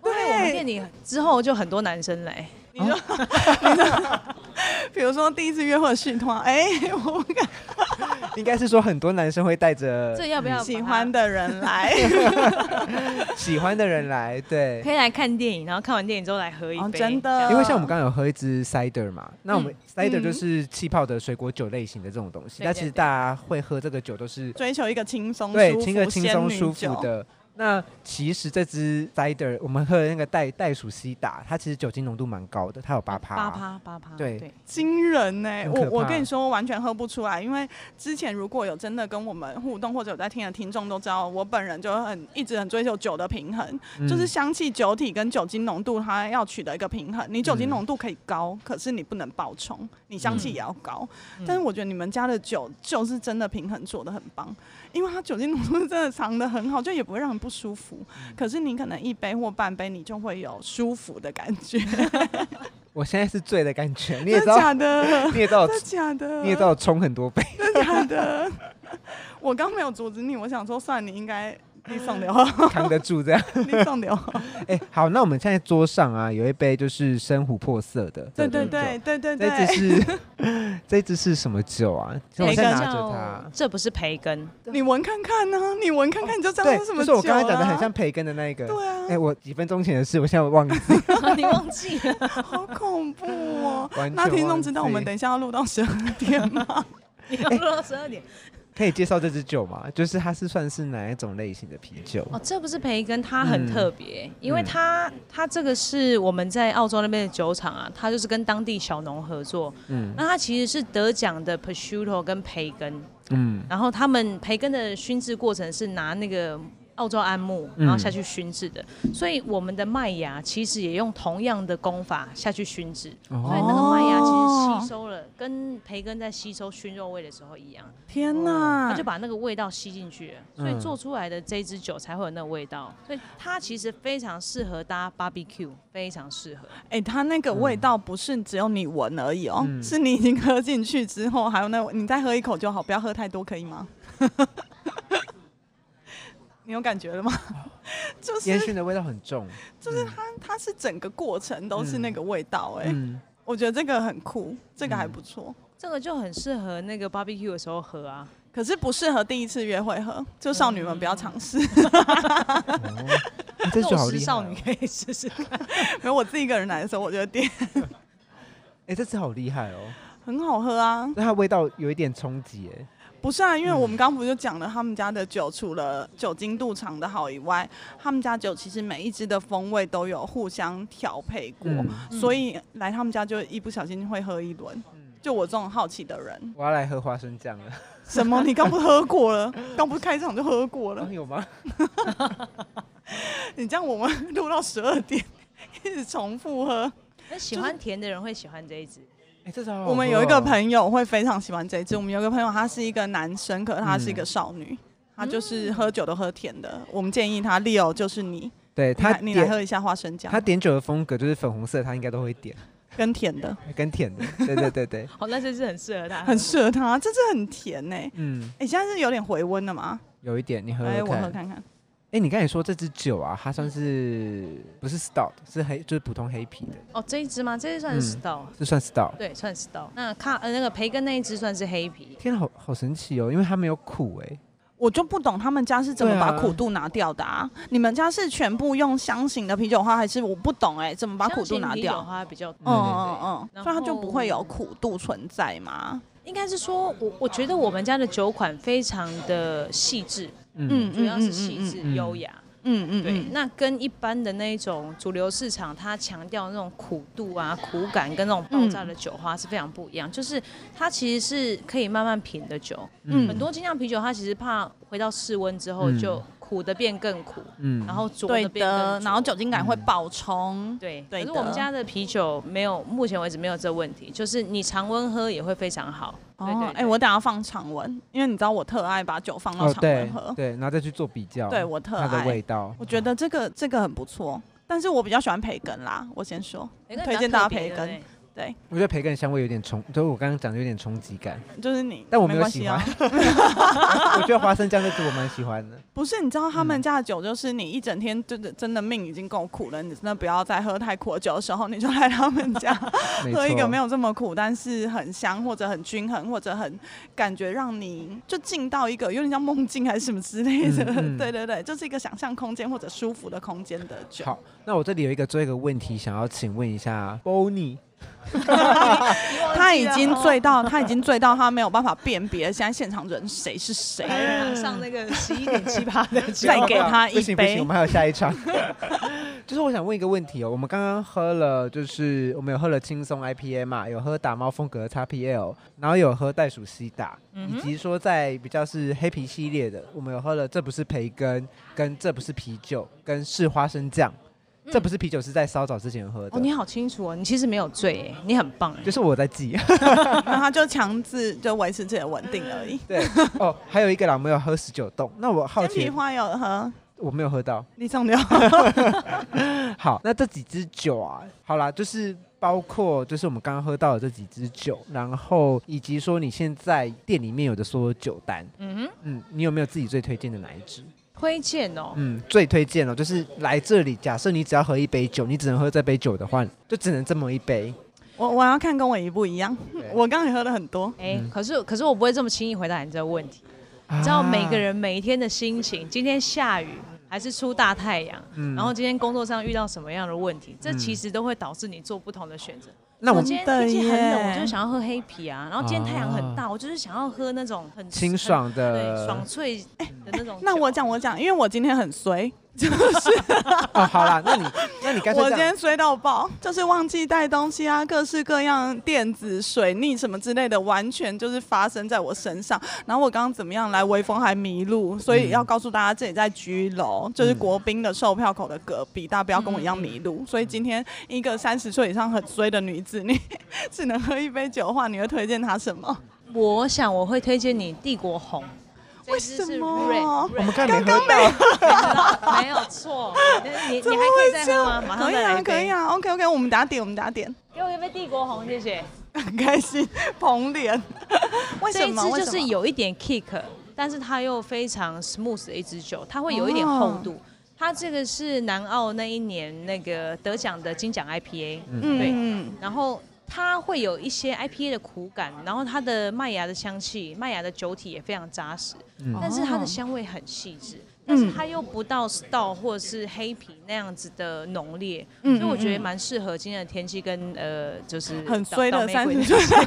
Speaker 3: 对，我们店里之后就很多男生来，
Speaker 1: 你说，你说，比如说第一次约会续团，哎、我不敢
Speaker 2: 应该是说很多男生会带着
Speaker 3: 这要不要把它
Speaker 1: 嗯喜欢的人来，
Speaker 2: 喜欢的人来，对
Speaker 3: 可。以来看电影，然后看完电影之后来喝一杯。
Speaker 1: 哦真的
Speaker 2: 因为像我们刚刚有喝一支 cider 嘛，那我们 cider
Speaker 1: 嗯
Speaker 2: 就是气泡的水果酒类型的这种东西。
Speaker 3: 对
Speaker 2: 那
Speaker 3: 对
Speaker 2: 其实
Speaker 3: 对
Speaker 2: 大家会喝这个酒都是
Speaker 1: 追求一个轻松、
Speaker 2: 对
Speaker 1: 舒，服
Speaker 2: 听个轻松舒服。
Speaker 1: 仙女酒
Speaker 2: 的。那其实这支 cider 我们喝的那个袋袋鼠西打，它其实酒精浓度蛮高的，它有
Speaker 1: 哦
Speaker 2: 八趴。
Speaker 3: 八趴八趴，
Speaker 2: 啊对
Speaker 3: 对，
Speaker 1: 惊人呢、
Speaker 2: 很可
Speaker 1: 我我
Speaker 2: 怕
Speaker 1: 跟你说，我完全喝不出来，因为之前如果有真的跟我们互动或者有在听的听众都知道，我本人就很一直很追求酒的平衡，
Speaker 2: 嗯
Speaker 1: 就是香气、酒体跟酒精浓度它要取得一个平衡。你酒精
Speaker 2: 嗯
Speaker 1: 浓度可以高，可是你不能爆冲，你香气也要高。
Speaker 3: 嗯
Speaker 1: 但是我觉得你们家的酒就是真的平衡做的很棒，因为它酒精浓度真的藏的很好，就也不会让人不舒服。
Speaker 2: 嗯
Speaker 1: 可是你可能一杯或半杯，你就会有舒服的感觉，
Speaker 2: 我现在是醉的感 觉，你也
Speaker 1: 真
Speaker 2: 知
Speaker 1: 的
Speaker 2: 道，
Speaker 1: 假 的？
Speaker 2: 你也知道我，
Speaker 1: 真的假的？
Speaker 2: 你也知道我冲很多杯。
Speaker 1: 假的。 我刚没有阻止你，我想说，算你应该你送流，
Speaker 2: 扛得住这样。
Speaker 1: 你送流。
Speaker 2: 哎、好，那我们现在桌上啊有一杯就是深琥珀色的，
Speaker 1: 对对
Speaker 2: 这种
Speaker 1: 对
Speaker 2: 酒，
Speaker 1: 对 对
Speaker 2: 这
Speaker 1: 对，
Speaker 2: 支是这支是什么酒啊？
Speaker 1: 这
Speaker 2: 我
Speaker 1: 个
Speaker 2: 现在拿着它
Speaker 3: 叫。这不是培根，
Speaker 1: 你闻看看呢、你闻看看你就知道
Speaker 2: 哦对，
Speaker 1: 是什么
Speaker 2: 就是
Speaker 1: 酒
Speaker 2: 我刚才讲的
Speaker 1: 啦
Speaker 2: 很像。培根的那一个。
Speaker 1: 对啊
Speaker 2: 哎、，我几分钟前的事，我现在忘记。
Speaker 3: 你忘记了？
Speaker 1: 好恐怖哦
Speaker 2: 完！全
Speaker 1: 那听众
Speaker 2: 忘
Speaker 1: 知道我们
Speaker 2: 记
Speaker 1: 等一下要录到十二点吗？
Speaker 3: 你要录到十二点，
Speaker 2: 可以介绍这支酒吗？就是它是算是哪一种类型的啤酒？
Speaker 3: 哦，这不是培根，它很
Speaker 2: 嗯
Speaker 3: 特别，因为
Speaker 2: 嗯
Speaker 3: 它它这个是我们在澳洲那边的酒厂啊，它就是跟当地小农合作。
Speaker 2: 嗯
Speaker 3: 那它其实是得奖的 prosciutto 跟培根，
Speaker 2: 嗯
Speaker 3: 然后他们培根的熏制过程是拿那个澳洲桉木，
Speaker 2: 嗯
Speaker 3: 然后下去熏制的，所以我们的麦芽其实也用同样的功法下去熏制，
Speaker 2: 哦
Speaker 3: 所以那个麦芽其实吸收了，跟培根在吸收熏肉味的时候一样，
Speaker 1: 天哪！
Speaker 2: 哦
Speaker 3: 它就把那个味道吸进去了，所以
Speaker 2: 嗯
Speaker 3: 做出来的这支酒才会有那个味道，所以它其实非常适合搭 barbecue，非常适合。
Speaker 1: 哎、它那个味道不是只有你闻而已哦、
Speaker 2: 嗯
Speaker 1: 是你已经喝进去之后，还有那你再喝一口就好，不要喝太多，可以吗？ 你有感觉 了吗？就
Speaker 2: 烟
Speaker 1: 是
Speaker 2: 熏的味道很重。
Speaker 1: 就是它，它是整个过程都是那个味道、哎、
Speaker 2: 嗯，
Speaker 1: 我觉得这个很酷，这个还不错、
Speaker 3: 这个就很适合那个 barbecue 的时候喝啊，
Speaker 1: 可是不适合第一次约会喝，就少女们不要尝试。
Speaker 2: 哦啊这支酒
Speaker 3: 肉
Speaker 2: 好
Speaker 3: 食
Speaker 2: 厉害
Speaker 3: 少女
Speaker 2: 哦！
Speaker 3: 可以 试试看。
Speaker 1: 没有，我自己一个人来的时候，我觉得点
Speaker 2: 哎，这支好厉害哦！
Speaker 1: 很好喝啊。
Speaker 2: 那它味道有一点冲击，哎，
Speaker 1: 不是啊，因为我
Speaker 2: 嗯
Speaker 1: 们刚刚不就讲了，他们家的酒除了酒精度长的好以外，他们家酒其实每一支的风味都有互相调配过，
Speaker 2: 嗯嗯
Speaker 1: 所以来他们家就一不小心会喝一轮。就我这种好奇的人，
Speaker 2: 我要来喝花生酱了。
Speaker 1: 什么？你刚不喝过了？刚不是开场就喝过了
Speaker 2: 啊？有吗？
Speaker 1: 你这样我们录到十二点， 一直重复喝。
Speaker 3: 那喜欢甜的人会喜欢 这一支，
Speaker 2: 哎，这支好好喝哦。
Speaker 1: 我们有一个朋友会非常喜欢这一支，我们有一个朋友他是一个男生，可是他是一个少女。
Speaker 2: 嗯
Speaker 1: 他就是喝酒都喝甜的，我们建议他 Leo 就是你，
Speaker 2: 对他
Speaker 1: 你来你来
Speaker 2: 点
Speaker 1: 喝一下花生酱
Speaker 2: 他，点酒的风格就是粉红色，他应该都会点，
Speaker 1: 跟甜的，
Speaker 2: 跟甜的。对对对对，
Speaker 3: 哦，那这支很适合他，
Speaker 1: 很适合他，这支很甜呢、欸。
Speaker 2: 嗯，
Speaker 1: 哎、现在是有点回温了嘛？
Speaker 2: 有一点，你喝
Speaker 1: 哎，我
Speaker 2: 喝
Speaker 1: 喝
Speaker 2: 看。
Speaker 1: 看嗯看。
Speaker 2: 哎，你刚才说这支酒啊，它算是不是 stout，是黑，就是普通黑啤的，
Speaker 3: 哦，这一支吗？这一支算是
Speaker 2: 嗯
Speaker 3: stout，、
Speaker 2: 这算 stout。
Speaker 3: 对，算 stout。那卡呃那个培根那一支算是黑啤，
Speaker 2: 天啊，好好神奇哦，因为它没有苦哎、
Speaker 1: 我就不懂他们家是怎么
Speaker 2: 对啊
Speaker 1: 把苦度拿掉的啊？你们家是全部用香型的啤酒花，还是我不懂哎、怎么把苦度拿
Speaker 3: 像
Speaker 1: 掉
Speaker 3: 啤酒？花比较
Speaker 1: 嗯
Speaker 2: 对对
Speaker 1: 嗯嗯，
Speaker 3: 然
Speaker 1: 所以它就
Speaker 3: 后
Speaker 1: 不会有苦度存在嘛？
Speaker 3: 应该是说，我我觉得我们家的酒款非常的细致，
Speaker 2: 嗯，
Speaker 3: 主要是细致
Speaker 2: 嗯嗯
Speaker 3: 优雅。
Speaker 1: 嗯嗯
Speaker 3: 对，
Speaker 1: 嗯，
Speaker 3: 那跟一般的那一种主流市场，它强调那种苦度啊、苦感跟那种爆炸的酒花是非常不一样。就是它其实是可以慢慢品的酒，
Speaker 1: 嗯
Speaker 3: 很多精酿啤酒它其实怕回到室温之后
Speaker 2: 嗯
Speaker 3: 就苦的变更苦，
Speaker 2: 嗯
Speaker 3: 然后浊
Speaker 1: 对
Speaker 3: 的变
Speaker 1: 的
Speaker 3: 更，浊
Speaker 1: 然后酒精感会爆冲。
Speaker 3: 对，
Speaker 1: 对
Speaker 3: 可是
Speaker 1: 的
Speaker 3: 我们家的啤酒没有，目前为止没有这问题，就是你常温喝也会非常好。对
Speaker 1: 哦
Speaker 3: 对，
Speaker 1: 哎、我等下放常温，因为你知道我特爱把酒放到
Speaker 2: 哦
Speaker 1: 常
Speaker 2: 对
Speaker 1: 温喝。
Speaker 2: 对，然后再去做比较，
Speaker 1: 对我特
Speaker 2: 它的
Speaker 1: 爱
Speaker 2: 味，道，
Speaker 1: 我觉得这个这个很不错，但是我比较喜欢培根啦。我先说，
Speaker 3: 培
Speaker 1: 推
Speaker 3: 根哎比较
Speaker 1: 荐大家
Speaker 3: 特
Speaker 1: 培
Speaker 3: 别
Speaker 1: 根
Speaker 3: 对不对
Speaker 1: 对，
Speaker 2: 我觉得培根香味有点冲，就是我刚刚讲的有点冲击感，
Speaker 1: 就是你，
Speaker 2: 但我没
Speaker 1: 没
Speaker 2: 有
Speaker 1: 关
Speaker 2: 喜
Speaker 1: 系
Speaker 2: 欢
Speaker 1: 啊。。
Speaker 2: 我觉得花生酱这支我蛮喜欢的，
Speaker 1: 不是，你知道他
Speaker 2: 嗯
Speaker 1: 们家的酒，就是你一整天真的真的命已经够苦了，你真的不要再喝太苦的酒的时候，你就来他们家
Speaker 2: 没错
Speaker 1: 喝一个没有这么苦，但是很香或者很均衡或者很感觉让你就进到一个有点像梦境还是什么之类的。
Speaker 2: 嗯嗯
Speaker 1: 对对对，就是一个想象空间或者舒服的空间的酒。
Speaker 2: 好，那我这里有一个最后一个问题，想要请问一下 Bonnie，
Speaker 1: 他已经醉到，他已经醉到，他没有办法辨别现在现场人谁是谁。
Speaker 3: 马哎上那个十一点七八的酒，
Speaker 1: 再给他一
Speaker 2: 不行不
Speaker 1: 杯
Speaker 2: 行，我们还有下一场。 就是我想问一个问题哦，我们刚刚喝了，就是我们有喝了轻松 IPA 嘛，有喝打猫风格的 XPL，然后有喝袋鼠西打，
Speaker 3: 嗯
Speaker 2: 以
Speaker 3: 哼
Speaker 2: 及说在比较是黑啤系列的，我们有喝了这不是培根，跟这不是啤酒，跟是花生酱，
Speaker 1: 嗯
Speaker 2: 这不是啤酒是在稍早之前喝的，
Speaker 3: 哦，你好清楚哦，你其实没有醉耶，你很棒耶
Speaker 2: 就是我在记。
Speaker 1: 那他就强制就维持自己的稳定而已。
Speaker 2: 对哦，还有一个啦，我们有喝十九冻，那我好
Speaker 1: 煎皮
Speaker 2: 奇
Speaker 1: 花有喝，
Speaker 2: 我没有喝到，
Speaker 1: 你送哦掉。
Speaker 2: 好，那这几支酒啊，好啦，就是包括就是我们刚刚喝到的这几支酒，然后以及说你现在店里面有的所有酒单，
Speaker 3: 嗯哼，
Speaker 2: 嗯，你有没有自己最推荐的哪一支？
Speaker 3: 推荐哦。
Speaker 2: 嗯，最推荐哦，就是来这里，假设你只要喝一杯酒，你只能喝这杯酒的话，就只能这么一杯。
Speaker 1: 我我要看跟我一不一样
Speaker 2: 对，
Speaker 1: 我刚才喝了很多。
Speaker 3: 哎
Speaker 2: 嗯，
Speaker 3: 可是可是我不会这么轻易回答你这个问题。
Speaker 2: 你
Speaker 3: 你知道
Speaker 1: 啊
Speaker 3: 每个，人每一天的心情，今天下雨还是出大太阳，
Speaker 2: 嗯
Speaker 1: 嗯
Speaker 3: 然后今天工作上遇到什么样的问题，这其实都会导致你做不同的选择。
Speaker 2: 啊那我
Speaker 3: 我
Speaker 2: 们
Speaker 3: 今天
Speaker 1: 真的
Speaker 3: 天气很冷，
Speaker 1: 耶
Speaker 3: 我就是想要喝黑啤啊。然后今天太阳很大，我就是想要喝那种很
Speaker 2: 清、爽
Speaker 3: 很对，
Speaker 2: 的
Speaker 3: 爽脆的那种酒。
Speaker 1: 哎那我讲我讲，因为我今天很衰，
Speaker 2: 哦，好啦，那你那你干脆
Speaker 1: 我
Speaker 2: 这
Speaker 1: 今
Speaker 2: 样
Speaker 1: 天衰到爆，就是忘记带东西啊，各式各样电子、水逆什么之类的，完全就是发生在我身上。然后我刚刚怎么样来微风还迷路，所以要告诉大家这里在居楼，就是国宾的售票口的隔壁，大家不要跟我一样迷路。所以今天一个三十岁以上很衰的女子，你 只能喝一杯酒的话，你会推荐她什 么？
Speaker 3: 我想我会推荐你帝国红，
Speaker 1: 为什
Speaker 3: 这支是 red，
Speaker 1: 么？
Speaker 2: 我们看没喝到，
Speaker 3: 没有 错。你你你还可以再喝吗？马
Speaker 1: 可
Speaker 3: 上
Speaker 1: 以
Speaker 3: 再来
Speaker 1: 啊，
Speaker 3: 一
Speaker 1: 可以
Speaker 3: 杯。
Speaker 1: 啊，OK OK，我们打点，我们打点，
Speaker 3: 给我一杯帝国红，谢谢。
Speaker 1: 很开心，捧脸。为
Speaker 3: 这
Speaker 1: 什
Speaker 3: 一
Speaker 1: 么？
Speaker 3: 支
Speaker 1: 为
Speaker 3: 就
Speaker 1: 什么
Speaker 3: 是有一点 kick，但是它又非常 smooth 的一支酒，它会有一点
Speaker 1: 哦
Speaker 3: 厚度。它这个是南澳那一年那个得奖的金奖 IPA，对
Speaker 1: 嗯。
Speaker 3: 然后它会有一些 IPA 的苦感，然后它的麦芽的香气，麦芽的酒体也非常扎实，
Speaker 1: 嗯
Speaker 3: 但是
Speaker 1: 哦
Speaker 3: 它的香味很细致。但是它又不到 stout 或是黑啤那样子的浓烈，
Speaker 1: 嗯
Speaker 3: 所以我觉得
Speaker 1: 嗯嗯
Speaker 3: 蛮适合今天的天气跟呃，就是
Speaker 1: 很
Speaker 3: 倒
Speaker 1: 衰的
Speaker 3: 倒霉
Speaker 1: 三
Speaker 3: 鬼
Speaker 1: 十岁。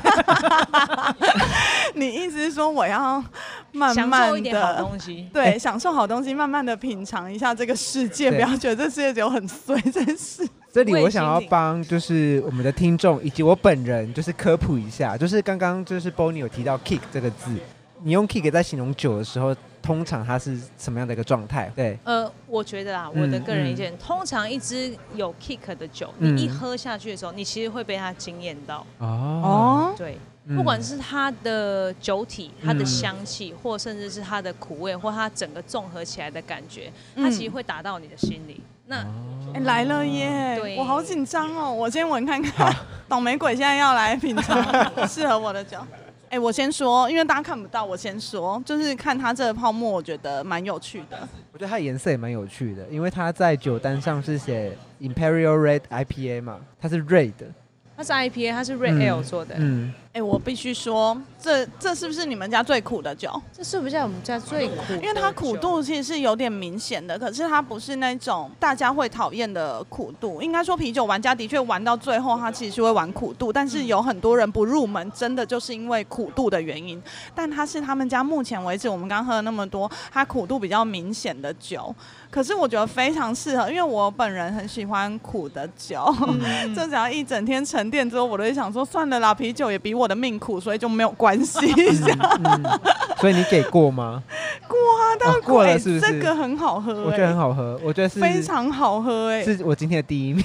Speaker 1: 你意思是说我要慢
Speaker 3: 享
Speaker 1: 慢
Speaker 3: 受一点好
Speaker 1: 的
Speaker 3: 东西。
Speaker 1: 对享受好东西，慢慢的品尝一下这个世界，不
Speaker 2: 哎对
Speaker 1: 要觉得这世界只有很衰，真是。
Speaker 2: 这里我想要帮就是我们的听众以及我本人就是科普一下，就是刚刚就是 Bonnie 有提到 kick 这个字，你用 kick 在形容酒的时候，通常它是什么样的一个状态？对，
Speaker 3: 呃，我觉得啦，
Speaker 2: 嗯
Speaker 3: 我的个人意见，通常一支有 kick 的酒，
Speaker 2: 嗯
Speaker 3: 你一喝下去的时候，你其实会被它惊艳到。
Speaker 2: 哦，
Speaker 3: 对，
Speaker 2: 嗯
Speaker 3: 不管是它的酒体、它的
Speaker 2: 嗯
Speaker 3: 香气，或甚至是它的苦味，或它整个综合起来的感觉，
Speaker 1: 嗯
Speaker 3: 它其实会打到你的心里。那
Speaker 2: 哦
Speaker 1: 哎来了耶！
Speaker 3: 对
Speaker 1: 我好紧张哦，我先闻看看。倒霉鬼现在要来品尝适合我的酒。哎，我先说，因为大家看不到，我先说，就是看它这个泡沫，我觉得蛮有趣的。
Speaker 2: 我觉得它的颜色也蛮有趣的，因为它在酒单上是写 Imperial Red IPA 嘛，它是 red 的，
Speaker 3: 它是 IPA，它是
Speaker 2: 嗯
Speaker 3: Red Ale 做的，
Speaker 2: 嗯，
Speaker 1: 哎，我必须说，这这是不是你们家最苦的酒？
Speaker 3: 这是不是我们家最苦？
Speaker 1: 因为它苦度其实是有点明显的，可是它不是那种大家会讨厌的苦度。应该说，啤酒玩家的确玩到最后，他其实是会玩苦度，但是有很多人不入门，真的就是因为苦度的原因。但它是他们家目前为止我们刚喝了那么多，它苦度比较明显的酒。可是我觉得非常适合，因为我本人很喜欢苦的酒， 这只要一整天沉淀之后，我都会想说，算了啦，啤酒也比我的命苦，所以就没有关系。
Speaker 2: 所以你给过吗？
Speaker 1: 过啊，但
Speaker 2: 啊过了是不是
Speaker 1: 这个很好喝、欸，
Speaker 2: 我觉得很好喝，我觉得是
Speaker 1: 非常好喝哎、
Speaker 2: 是我今天的第一名，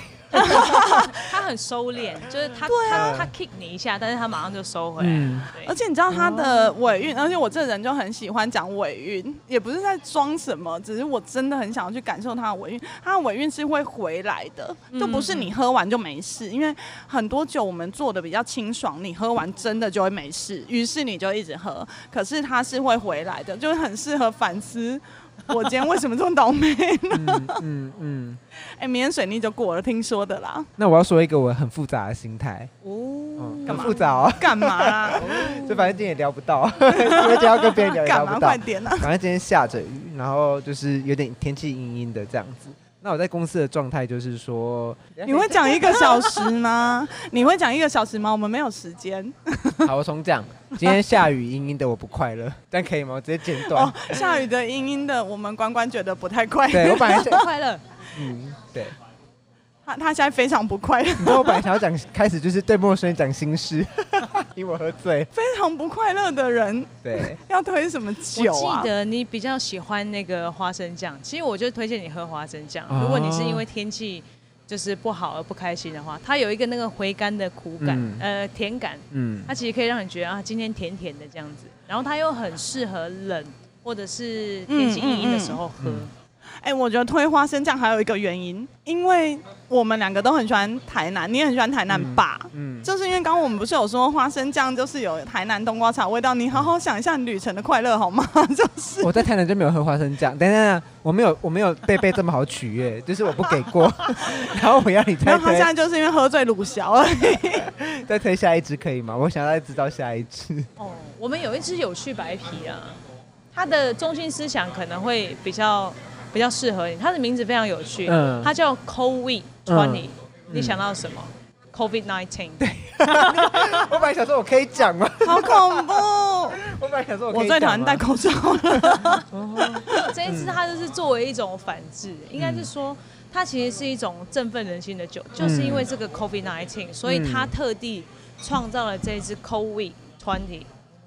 Speaker 3: 它很收敛，就是它
Speaker 2: 啊
Speaker 3: 它它 kick 你一下，但是它马上就收回来。
Speaker 2: 嗯
Speaker 3: 对啊
Speaker 1: 而且你知道它
Speaker 2: 哦
Speaker 1: 的尾韵，而且我这人就很喜欢讲尾韵，也不是在装什么，只是我真的很想要去感受它的尾韵。它的尾韵是会回来的，
Speaker 2: 嗯
Speaker 1: 就不是你喝完就没事，因为很多酒我们做的比较清爽，你喝完真的就会没事，于是你就一直喝。可是它是会回来的，就是很适合反思。我今天为什么这么倒霉？
Speaker 2: 嗯嗯嗯。
Speaker 1: 哎、明天水逆就过了，听说的啦。
Speaker 2: 那我要说一个我很复杂的心态，
Speaker 3: 哦，
Speaker 2: 嗯，
Speaker 1: 干
Speaker 2: 很
Speaker 1: 嘛
Speaker 2: 复杂哦，
Speaker 1: 干嘛啦？
Speaker 2: 这反正今天也聊不到， 因为今天要跟别人聊也
Speaker 1: 干
Speaker 2: 聊
Speaker 1: 嘛？
Speaker 2: 不到
Speaker 1: 快。点 啊！
Speaker 2: 反正今天下着雨，然后就是有点天气阴阴的这样子。那我在公司的状态就是说，
Speaker 1: 你会讲一个小时吗？ 你会讲一个小时吗？我们没有时间
Speaker 2: 好，我重讲。今天下雨阴阴的，我不快乐， 但可以吗？我直接剪短。
Speaker 1: 哦。下雨的阴阴的，我们关关觉得不太快
Speaker 2: 对
Speaker 1: 乐，
Speaker 2: 我本来想，
Speaker 3: 快乐。
Speaker 2: 嗯，对，
Speaker 1: 他他现在非常不快乐，
Speaker 2: 你知道我本来想要讲，开始就是对陌生人讲心事， 因为我喝醉。
Speaker 1: 非常不快乐的人
Speaker 2: 对，
Speaker 1: 要推什么酒
Speaker 3: 我
Speaker 1: 啊
Speaker 3: 记？得你比较喜欢那个花生酱，其实我就推荐你喝花生酱。
Speaker 2: 哦
Speaker 3: 如果你是因为天气就是不好而不开心的话，它有一个那个回甘的苦感，
Speaker 2: 嗯
Speaker 3: 呃，甜感，
Speaker 2: 嗯
Speaker 3: 它其实可以让你觉得啊，今天甜甜的这样子。然后它又很适合冷或者是天气阴阴的时候喝。
Speaker 2: 嗯嗯
Speaker 1: 哎、我觉得推花生酱还有一个原因，因为我们两个都很喜欢台南，你也很喜欢台南吧？
Speaker 2: 嗯，
Speaker 1: 就是因为刚刚我们不是有说花生酱就是有台南冬瓜茶的味道，你好好想一下你旅程的快乐好吗？ 就是
Speaker 2: 我在台南就没有喝花生酱。等等等，我没有，我没有贝贝这么好取悦，就是我不给 过，然后我要你
Speaker 1: 然
Speaker 2: 再
Speaker 1: 后他现在
Speaker 2: 推
Speaker 1: 就是因为喝醉鲁小 而已。
Speaker 2: 再推下一支可以吗？我想要再知道下一支。
Speaker 3: 哦，我们有一支有趣白啤啊，它的中心思想可能会比较比较适合你。它的名字非常有趣，
Speaker 2: 嗯
Speaker 3: 它叫 Cold Week
Speaker 2: 嗯
Speaker 3: Twenty，、你想到什么？ COVID 19。
Speaker 2: 我本来想说我可以讲吗？
Speaker 1: 好恐怖！
Speaker 2: 我本来想说我可
Speaker 1: 我
Speaker 2: 以
Speaker 1: 最讨
Speaker 2: 讲
Speaker 1: 厌
Speaker 2: 吗
Speaker 1: 戴口罩了。
Speaker 3: 这一次它就是作为一种反制，应该是说它其实是一种振奋人心的酒，就是因为这个 COVID 19，所以它特地创造了这一支 COVID Twenty，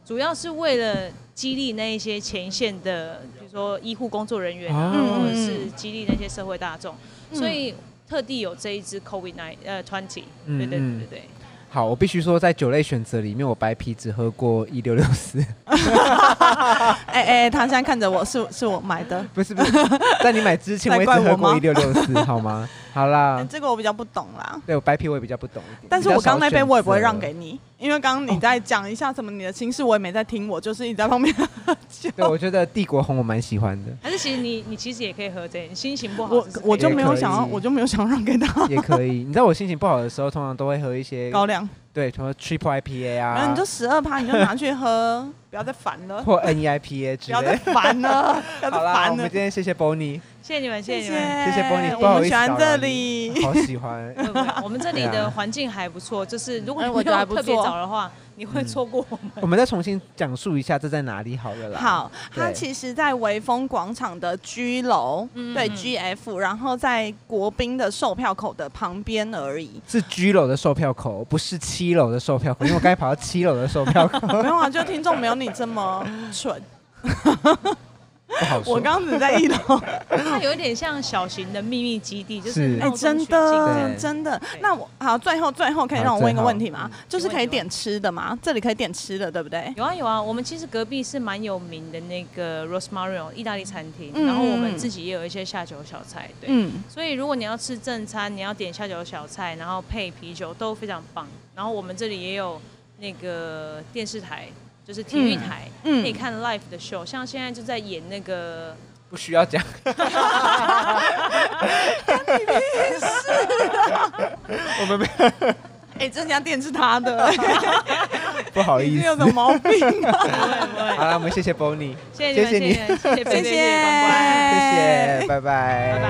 Speaker 3: 主要是为了激励那一些前线的，比如说医护工作人员啊，
Speaker 2: 哦
Speaker 3: 或者是激励那些社会大众，所以特地有这一支 COVID 9呃 Twenty，
Speaker 2: 嗯
Speaker 3: 对对
Speaker 2: 嗯
Speaker 3: 对对对。
Speaker 2: 好，我必须说，在酒类选择里面，我白啤只喝过一六六四，
Speaker 1: 哎哎，他现在看着我，是是我买的。
Speaker 2: 不是不是， 在你买之前我
Speaker 1: 在
Speaker 2: 也
Speaker 1: 怪
Speaker 2: 只喝
Speaker 1: 我
Speaker 2: 过
Speaker 1: 吗
Speaker 2: 一六六四，好吗？好啦
Speaker 1: 哎，这个我比较不懂啦。
Speaker 2: 对我白啤我也比较不懂一点，
Speaker 1: 但是
Speaker 2: 比较
Speaker 1: 我刚
Speaker 2: 少
Speaker 1: 那杯
Speaker 2: 选
Speaker 1: 我也不会
Speaker 2: 择
Speaker 1: 让给你，因为刚刚你在讲一下什么你的心事，我也没在听，我就是一直在旁边 喝酒。
Speaker 2: 对，我觉得帝国红我蛮喜欢的，
Speaker 3: 还是其实你你其实也可以喝这个，你心情不好
Speaker 1: 我
Speaker 3: 只是可以
Speaker 1: 我就没有想要，
Speaker 2: 也可以
Speaker 1: 我就没有想要让给他
Speaker 2: 也可以。你知道我心情不好的时候，通常都会喝一些
Speaker 1: 高粱，
Speaker 2: 对，什么 Triple IPA
Speaker 1: 然后
Speaker 2: 啊
Speaker 1: 你就，十二趴，你就拿去喝，不要再烦 了，
Speaker 2: 或 E NEIPA
Speaker 1: 不
Speaker 2: 之
Speaker 1: 要再
Speaker 2: 类。
Speaker 1: 烦 了，不要再
Speaker 2: 好啦，我
Speaker 1: 烦
Speaker 2: 们
Speaker 1: 了。
Speaker 2: 今天谢谢 Bonnie，
Speaker 3: 谢谢你们，谢谢你们。
Speaker 1: 谢
Speaker 2: 谢谢 Bonnie，不
Speaker 1: 哎我
Speaker 2: 好
Speaker 1: 们
Speaker 2: 意
Speaker 1: 喜
Speaker 2: 思打
Speaker 1: 欢
Speaker 2: 扰
Speaker 1: 这
Speaker 2: 你
Speaker 1: 里。
Speaker 2: 好喜 欢。
Speaker 3: 不会我们这里
Speaker 2: 对啊
Speaker 3: 的环境还不错，就是如果你
Speaker 1: 嗯
Speaker 3: 没
Speaker 1: 我觉得还
Speaker 3: 有
Speaker 1: 不
Speaker 3: 特别
Speaker 1: 错
Speaker 3: 早的话，你会错过我们。
Speaker 2: 我们再重新讲述一下这在哪里好了啦。，
Speaker 1: 好，它
Speaker 2: 对
Speaker 1: 其实，在微风广场的 G 楼，对 GF，然后在国宾的售票口的旁边而已。
Speaker 2: 是 G 楼的售票口，不是七楼的售票口，因为我刚才跑到七楼的售 票口，
Speaker 1: 没有啊，就听众没有你这么 蠢。
Speaker 2: 不好说。
Speaker 1: 我刚刚只在一楼，嗯
Speaker 3: 它有一点像小型的秘密基地，就是是
Speaker 1: 哎、
Speaker 3: 闹中
Speaker 1: 真
Speaker 3: 取静
Speaker 1: 的
Speaker 2: 对
Speaker 1: 真的
Speaker 3: 对。
Speaker 1: 那我好，最后最后可以
Speaker 2: 好
Speaker 1: 让我
Speaker 2: 最
Speaker 1: 问一个
Speaker 2: 后
Speaker 1: 嗯问题吗？就是可以
Speaker 3: 你问
Speaker 1: 点吃的吗？这里可以点吃的，对不对？
Speaker 3: 有啊有啊，我们其实隔壁是蛮有名的那个 Rosmario 意大利餐厅，
Speaker 1: 嗯
Speaker 3: 然后我
Speaker 1: 嗯
Speaker 3: 们自己也有一些下酒小菜，对。
Speaker 1: 嗯，
Speaker 3: 所以如果你要吃正餐，你要点下酒小菜，然后配啤酒都非常棒。然后我们这里也有那个电视台，就是体育
Speaker 1: 嗯
Speaker 3: 台，
Speaker 1: 嗯
Speaker 3: 可以看 live 的 show，像现在就在演那个
Speaker 2: 不需要讲。我们没
Speaker 1: 哎、这家店是他的、欸，
Speaker 2: 不好
Speaker 1: 你
Speaker 2: 意
Speaker 1: 是有
Speaker 2: 思。
Speaker 1: 什么毛病、啊？
Speaker 3: 不会不会
Speaker 2: 好了，我们谢谢 Bonnie，
Speaker 3: 谢谢你们，
Speaker 2: 谢谢你
Speaker 3: 谢谢你们，谢谢贝贝，谢
Speaker 1: 谢
Speaker 3: 谢关关，
Speaker 2: 谢谢，拜拜，
Speaker 3: 拜拜。